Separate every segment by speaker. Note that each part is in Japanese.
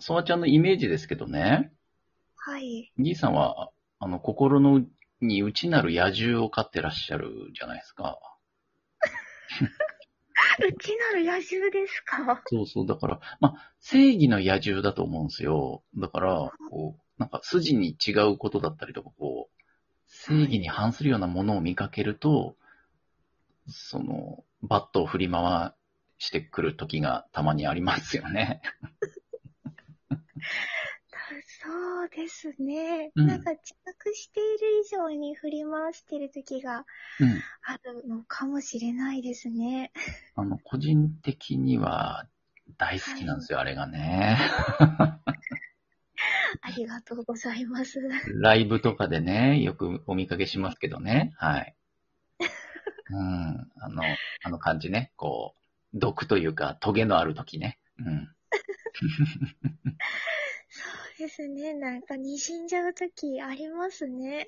Speaker 1: ソワちゃんのイメージですけどね、
Speaker 2: はい。
Speaker 1: 兄さんは、あの、心のに内なる野獣を飼ってらっしゃるじゃないですか。
Speaker 2: うちなる野獣ですか
Speaker 1: そうそう、だから、まあ、正義の野獣だと思うんですよ。だから、こう、なんか筋に違うことだったりとか、こう、正義に反するようなものを見かけると、その、バットを振り回してくる時がたまにありますよね。
Speaker 2: たそうですね。
Speaker 1: うん
Speaker 2: なんか自覚している以上に振り回してる時が
Speaker 1: うん。
Speaker 2: あるのかもしれないです ね。
Speaker 1: あの、個人的には大好きなんですよ、あれがね。
Speaker 2: ありがとうございます。
Speaker 1: ライブとかでね、よくお見かけしますけどね。はい。うん。あの、あの感じね。こう、毒というか、トゲのある時ね。うん。
Speaker 2: そうですね。なんか滲んじゃう時ありますね。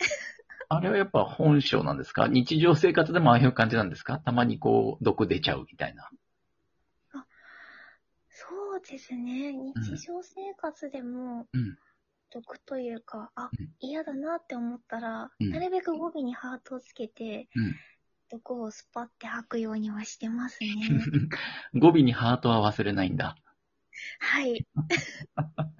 Speaker 1: あれはやっぱ本性なんですか日常生活でもああいう感じなんですかたまにこう、毒出ちゃうみたいな。
Speaker 2: そうですね。日常生活でも
Speaker 1: うん、
Speaker 2: 毒というか、
Speaker 1: う
Speaker 2: あ
Speaker 1: ん、
Speaker 2: 嫌だなって思ったら、
Speaker 1: うん
Speaker 2: なるべく語尾にハートをつけて、
Speaker 1: うん
Speaker 2: 毒をスパって吐くようにはしてますね。
Speaker 1: 語尾にハートは忘れないんだ。
Speaker 2: はい。ただ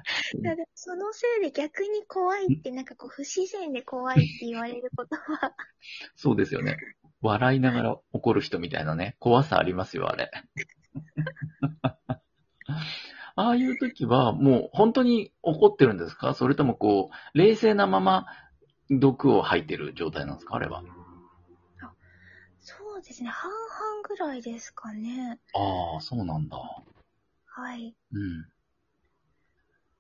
Speaker 2: そのせいで逆に怖いって、なんかこう不自然で怖いって言われる ことは、
Speaker 1: そうですよね。笑いながら怒る人みたいなね、怖さありますよ、あれ。 ああいう時は、もう本当に怒ってるんですかそれともこう、冷静なまま毒を吐いてる状態なんですかあれは。
Speaker 2: そうですね、半々ぐらいですかね。
Speaker 1: ああ、そうなんだ。
Speaker 2: はい。
Speaker 1: うん。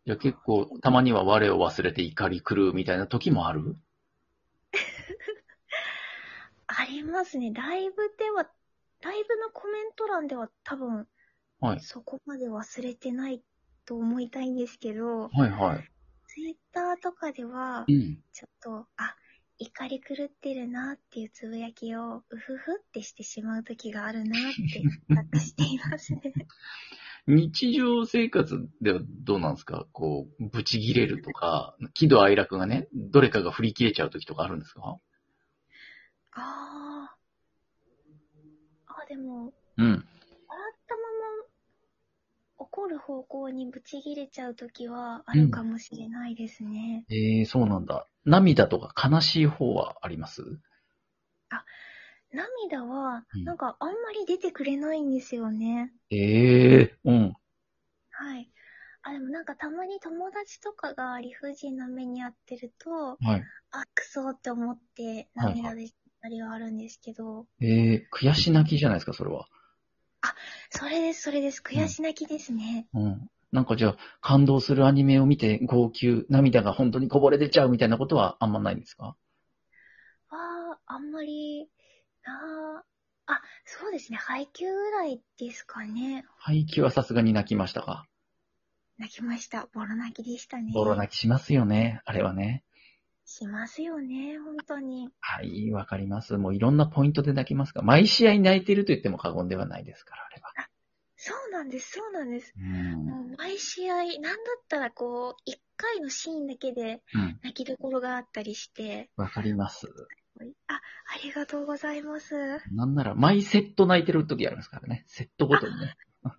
Speaker 1: じゃあ結構、たまには我を忘れて怒り狂うみたいな時もある
Speaker 2: ありますね。ライブでは、ライブのコメント欄では多分、
Speaker 1: はい。
Speaker 2: そこまで忘れてないと思いたいんですけど、
Speaker 1: はいはい。
Speaker 2: ツイッターとかでは
Speaker 1: う、ん。
Speaker 2: ちょっと、あ、怒り狂ってるなっていうつぶやきを、うふふってしてしまう時がある なって、察していますね。
Speaker 1: 日常生活ではどうなんですかこう、ブチ切れるとか、喜怒哀楽がね、どれかが振り切れちゃう時とかあるんですか
Speaker 2: ああ。あ、でも、
Speaker 1: うん。
Speaker 2: 笑ったまま怒る方向にブチ切れちゃうときはあるかもしれないですね。
Speaker 1: ええそうなんだ。涙とか悲しい方はあります
Speaker 2: 涙は
Speaker 1: うん、
Speaker 2: なんかあんまり出てくれないんですよね。
Speaker 1: ええうん。
Speaker 2: はい。あ、でもなんかたまに友達とかが理不尽な目にあってると、
Speaker 1: はい。
Speaker 2: あ、クソって思って
Speaker 1: はいはい
Speaker 2: 涙出たりはあるんですけど、
Speaker 1: ええ悔し泣きじゃないですか、それは。
Speaker 2: それです、それです。悔し泣きですね。
Speaker 1: うん。なんかじゃあ、感動するアニメを見て、号泣、涙が本当にこぼれ出ちゃうみたいなことはあんまないんですか
Speaker 2: は、あんまり、なあ、あ、そうですね。配給ぐらいですかね。
Speaker 1: 廃棄はさすがに泣きましたか
Speaker 2: 泣きました。ボロ泣きでしたね。
Speaker 1: ボロ泣きしますよね、あれはね。
Speaker 2: しますよね、本当に。
Speaker 1: はい、わかります。もういろんなポイントで泣きますが、毎試合泣いてると言っても過言ではないですから、あれは。
Speaker 2: そうなんです、そうなんです。
Speaker 1: うん。
Speaker 2: もう毎試合、なんだったらこう、一回のシーンだけで
Speaker 1: うん
Speaker 2: 泣きどころがあったりして、
Speaker 1: わかります。
Speaker 2: あ、ありがとうございます。
Speaker 1: なんなら、毎セット泣いてる時ありますからね。セットごとにね。
Speaker 2: 本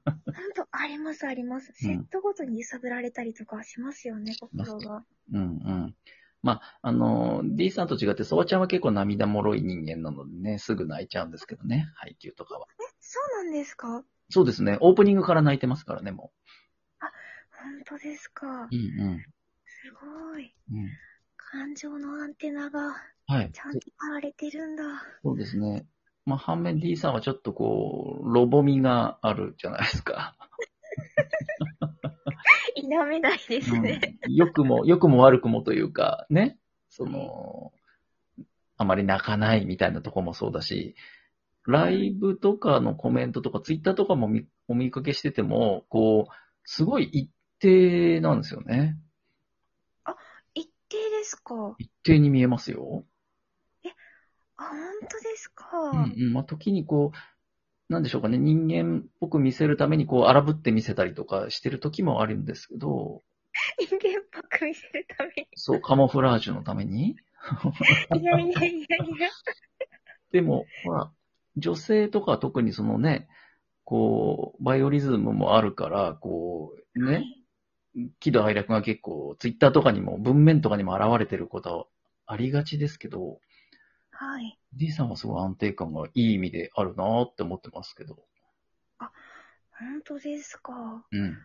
Speaker 2: 当あります、あります。
Speaker 1: うん
Speaker 2: セットごとに揺さぶられたりとかしますよね、
Speaker 1: ます
Speaker 2: 心が。
Speaker 1: うんうん。まあ、あの、D さんと違って、ソワちゃんは結構涙もろい人間なのでね、すぐ泣いちゃうんですけどね、配給とかは。
Speaker 2: そうなんですか本
Speaker 1: そうですね、オープニングから泣いてますからね、も
Speaker 2: 当ですか
Speaker 1: う。。うん
Speaker 2: すごい。
Speaker 1: うん。うん、
Speaker 2: 感情のアンテナが
Speaker 1: はい。
Speaker 2: ちゃんと張られてるんだ。
Speaker 1: そうですね。まあ、反面 D さんはちょっとこう、ロボみがあるじゃないですか。
Speaker 2: 否めないですね。
Speaker 1: うん良くも、良くも悪くもというか、ね、その、あまり泣かないみたいなとこもそうだし、ライブとかのコメントとか、ツイッターとかも見お見かけしてても、こう、すごい一定なんですよね。
Speaker 2: 一定ですか
Speaker 1: 一定に見えますよ。
Speaker 2: あ、本当ですか。
Speaker 1: うんうん。まあ、時にこう、なんでしょうかね、人間っぽく見せるために、こう、荒ぶって見せたりとかしてる時もあるんですけど、
Speaker 2: 人間っぽく見せるため
Speaker 1: そう、カモフラージュのために。
Speaker 2: に。いやいやいやいや。
Speaker 1: でも、ほら、女性とか特にそのね、こう、バイオリズムもあるから、こう、ね、喜怒哀楽が結構、ツイッターとかにも、文面とかにも現れてることはありがちですけど、
Speaker 2: はい。
Speaker 1: D さんはすごい安定感がいい意味であるなーって思ってますけど。
Speaker 2: 本当ですか。あ
Speaker 1: うん。
Speaker 2: れ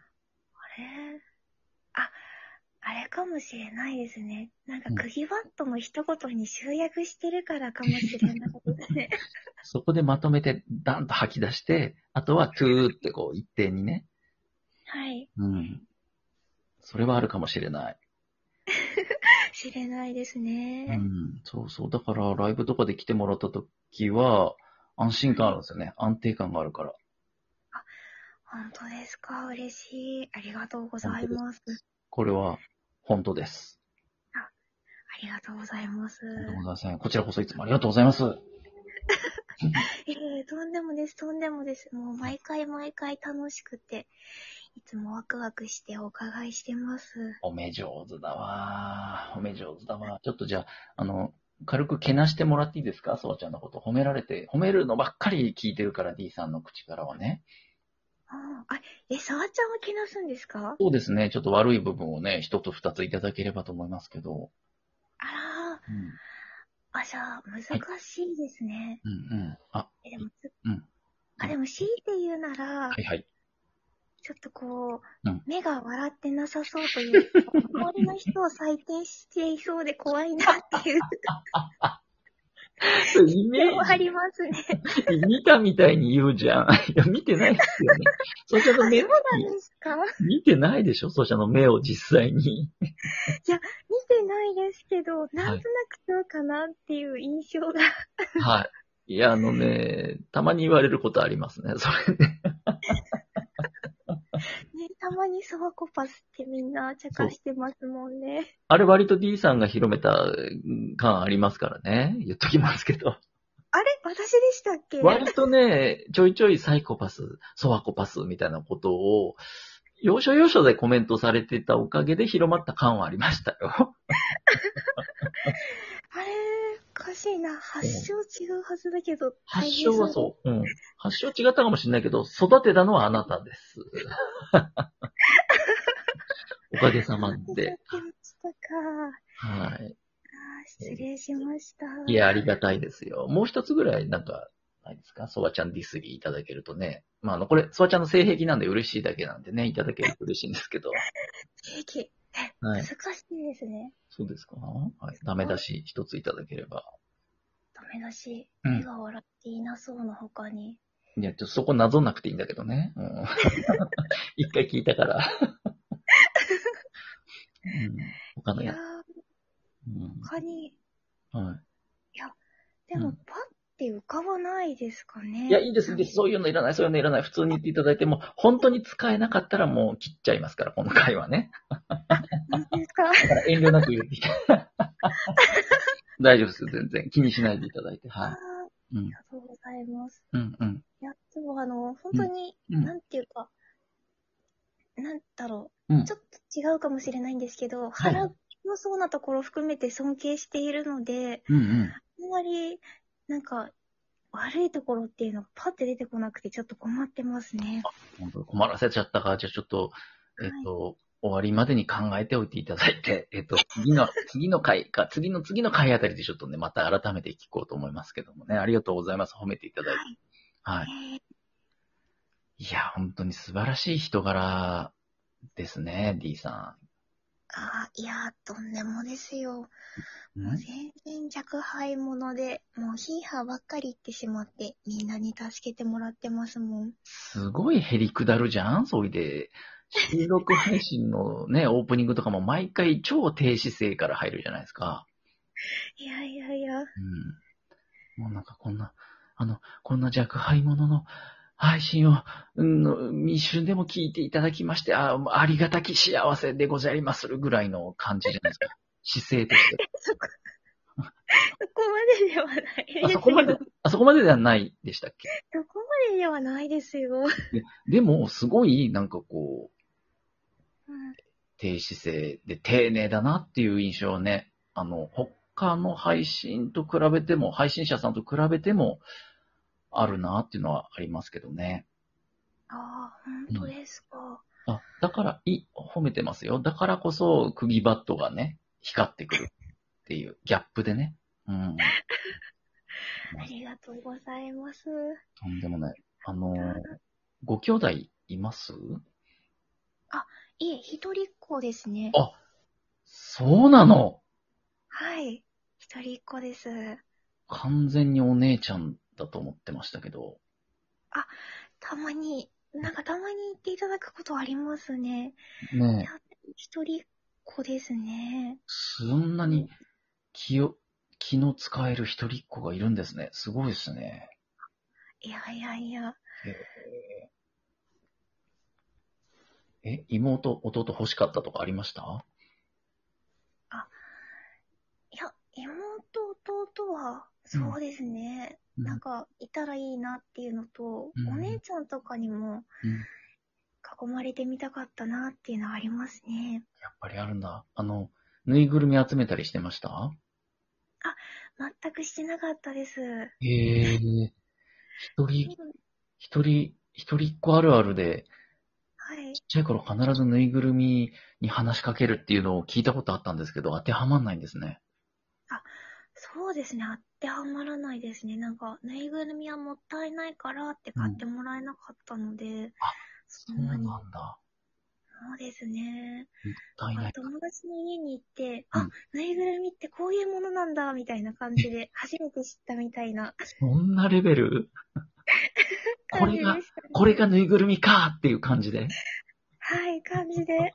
Speaker 2: あ、あれかもしれないですね。なんか、釘バットの一言に集約してるからかもしれないです ね。
Speaker 1: そこでまとめて、ダンと吐き出して、あとは、トゥーってこう、一定にね。
Speaker 2: はい。
Speaker 1: うん。それはあるかもしれない。
Speaker 2: 知れないです
Speaker 1: う
Speaker 2: ね。
Speaker 1: ん。そうそう。だから、ライブとかで来てもらった時は、安心感あるんですよね。安定感があるから。
Speaker 2: 本当ですか。嬉しい。ありがとうございます。
Speaker 1: これは、本当です。
Speaker 2: ありがとうございます。
Speaker 1: とんでもございません。こちらこそいつもありがとうございます。
Speaker 2: ええとんでもです、とんでもです。もう毎回毎回楽しくて、いつもワクワクしてお伺いしてます。
Speaker 1: おめ上手だわー。おめ上手だわー。ちょっとじゃあ、あの、軽くけなしてもらっていいですかそうちゃんのこと。褒められて、褒めるのばっかり聞いてるから、D さんの口からはね。
Speaker 2: ああ、あえ、沢ちゃんはけなすんですか
Speaker 1: そうですね。ちょっと悪い部分をね、一つ二ついただければと思いますけど。
Speaker 2: あ
Speaker 1: うん。
Speaker 2: ら、あ、じゃあ、難しいですね。
Speaker 1: うんうん。あ、
Speaker 2: え、でもつ、
Speaker 1: うん
Speaker 2: あ、でも、強いて言うなら
Speaker 1: は、いはい。
Speaker 2: ちょっとこう、
Speaker 1: うん
Speaker 2: 目が笑ってなさそうというか、周りの人を採点していそうで怖いなっていう、
Speaker 1: イ
Speaker 2: ありますね。
Speaker 1: 見たみたいに言うじゃん。 いや、見てないです よね。そうちゃんの目、
Speaker 2: 何ですか
Speaker 1: 見てないでしょそうちゃんの目を実際に。
Speaker 2: 見てないですけど、なんとなくそうかなっていう印象が、
Speaker 1: はい。いや、あのね、たまに言われることありますね。それね。
Speaker 2: ね、たまにサワコパスってみんな茶化してますもんね。
Speaker 1: あれ割と D さんが広めたうん感ありますからね。言っときますけ ど。
Speaker 2: あれ私でしたっけ
Speaker 1: 割とね、ちょいちょいサイコパス、ソワコパスみたいなことを、要所要所でコメントされてたおかげで広まった感はありましたよ。
Speaker 2: あれ、おかしいな。発祥違うはずだけど、
Speaker 1: 発祥は
Speaker 2: う。
Speaker 1: そう。うん。発祥違ったかもしれないけど、育てたのはあなた です。おかげさま
Speaker 2: で
Speaker 1: で。。
Speaker 2: したか。
Speaker 1: はい。
Speaker 2: あー失礼しました。
Speaker 1: いや、ありがたいですよ。もう一つぐらい、なんか、ないですかソワちゃんディスリーいただけるとね。まあ、あの、これ、ソワちゃんの性癖なんで嬉しいだけなんでね、いただけると嬉しいんですけど。
Speaker 2: 正規。
Speaker 1: は
Speaker 2: 難
Speaker 1: い。
Speaker 2: しいですね。
Speaker 1: そうですかはい。ダメ出し、一ついただければ。
Speaker 2: ダメだし、
Speaker 1: うん
Speaker 2: 目が笑っていなそうの他に。
Speaker 1: いや、ちょっとそこなぞんなくていいんだけどね。うん 一回聞いた から。うん、他の
Speaker 2: いやー
Speaker 1: や、う
Speaker 2: 他に、
Speaker 1: んは
Speaker 2: で
Speaker 1: う
Speaker 2: も
Speaker 1: ん、
Speaker 2: パッて浮かばないですかね。
Speaker 1: い、いや、いいです、いいです。そういうのいらない、そういうのいらない。普通に言っていただいても、本当に使えなかったらもう切っちゃいますから、この回はね。
Speaker 2: 本当ですか
Speaker 1: だから遠慮なく言 ってきた。大丈夫ですよ、全然。気にしないでいただいて。
Speaker 2: あー
Speaker 1: は
Speaker 2: あ
Speaker 1: い。うん
Speaker 2: り、がとうございます。
Speaker 1: うん、うん。
Speaker 2: いや、でもあの、本当に、
Speaker 1: うん
Speaker 2: なんていうか、なんだろう、
Speaker 1: うん
Speaker 2: ちょっと違うかもしれないんですけど、腹のそうなところ含めて尊敬しているので、
Speaker 1: うん、うん。
Speaker 2: あんまり、なんか、悪いところっていうのがパッて出てこなくてちょっと困ってますね。
Speaker 1: 本当困らせちゃったから、じゃあちょっと、えっと、終わりまでに考えておいていただいて、えっと、次の、 次の回か、次の次の回あたりでちょっとね、また改めて聞こうと思いますけどもね。ありがとうございます。褒めていただいて。はい。
Speaker 2: えー
Speaker 1: いや、本当に素晴らしい人柄ですね、D さ
Speaker 2: あーいやー、とんでもですよ。
Speaker 1: ん。
Speaker 2: もう全然若輩者で、もうヒーハーばっかり言ってしまって、みんなに助けてもらってますもん。
Speaker 1: すごいへりくだるじゃんそいで。収録配信のね、オープニングとかも毎回超低姿勢から入るじゃないですか。
Speaker 2: いやいやいや。
Speaker 1: うん。もうなんかこんな、あの、こんな若輩者の配信を、うん、一瞬でも聞いていただきまして、あありがたき 幸せでございまするぐらいの感じじゃないですか。姿勢として。
Speaker 2: そこそこまでではないですよ。
Speaker 1: あそこまで、あそこまでではないでしたっけ
Speaker 2: そこまでではないですよ。
Speaker 1: でも、すごい、なんかこう、
Speaker 2: うん
Speaker 1: 低姿勢で丁寧だなっていう印象をね、あの、他の配信と比べても、配信者さんと比べても、あるなっていうのはありますけどね。
Speaker 2: ああ、本当ですか。
Speaker 1: あ、だから、いい、褒めてますよ。だからこそ、首バットがね、光ってくるっていう、ギャップでね。うん。うん
Speaker 2: ありがとうございます。
Speaker 1: とんでもない。あのー、ご兄弟います
Speaker 2: いえ、一人っ子ですね。
Speaker 1: あそうなの
Speaker 2: はい。一人っ子です。
Speaker 1: 完全にお姉ちゃんだと思ってましたけど。
Speaker 2: たまに、なんかたまに言っていただくことありますね。
Speaker 1: ねえ、
Speaker 2: 一人っ子ですね。
Speaker 1: そんなに気を、気の使える一人っ子がいるんですね。すごいですね。
Speaker 2: いやいやいや。
Speaker 1: え、妹、弟欲しかったとかありました
Speaker 2: いや、妹、弟は、そうですね。
Speaker 1: うん
Speaker 2: なんか、いたらいいなっていうのと、
Speaker 1: うん
Speaker 2: お姉ちゃんとかにも
Speaker 1: うん、
Speaker 2: 囲まれてみたかったなっていうのはありますね。
Speaker 1: やっぱりあるんだ。あの、ぬいぐるみ集めたりしてました
Speaker 2: 全くしてなかったです。
Speaker 1: ええ一人、一人、一人っ子あるあるで、
Speaker 2: はい
Speaker 1: ち。っちゃい頃必ずぬいぐるみに話しかけるっていうのを聞いたことあったんですけど、当てはまんないんですね。
Speaker 2: そうですね。当てはまらないですね。なんか、ぬいぐるみはもったいないからって買ってもらえなかったので、
Speaker 1: あそ
Speaker 2: そ
Speaker 1: うんな
Speaker 2: なに。
Speaker 1: ん
Speaker 2: そ
Speaker 1: だ。
Speaker 2: うですね。
Speaker 1: もったいな
Speaker 2: あ
Speaker 1: い。
Speaker 2: 友達の家に行って、
Speaker 1: うん
Speaker 2: あ、ぬいぐるみってこういうものなんだ、みたいな感じで、初めて知ったみたいな
Speaker 1: そんなレベルこ
Speaker 2: 感
Speaker 1: れ
Speaker 2: じで
Speaker 1: が、
Speaker 2: したね。
Speaker 1: これがぬいぐるみかっていう感じで。
Speaker 2: はい、感じで。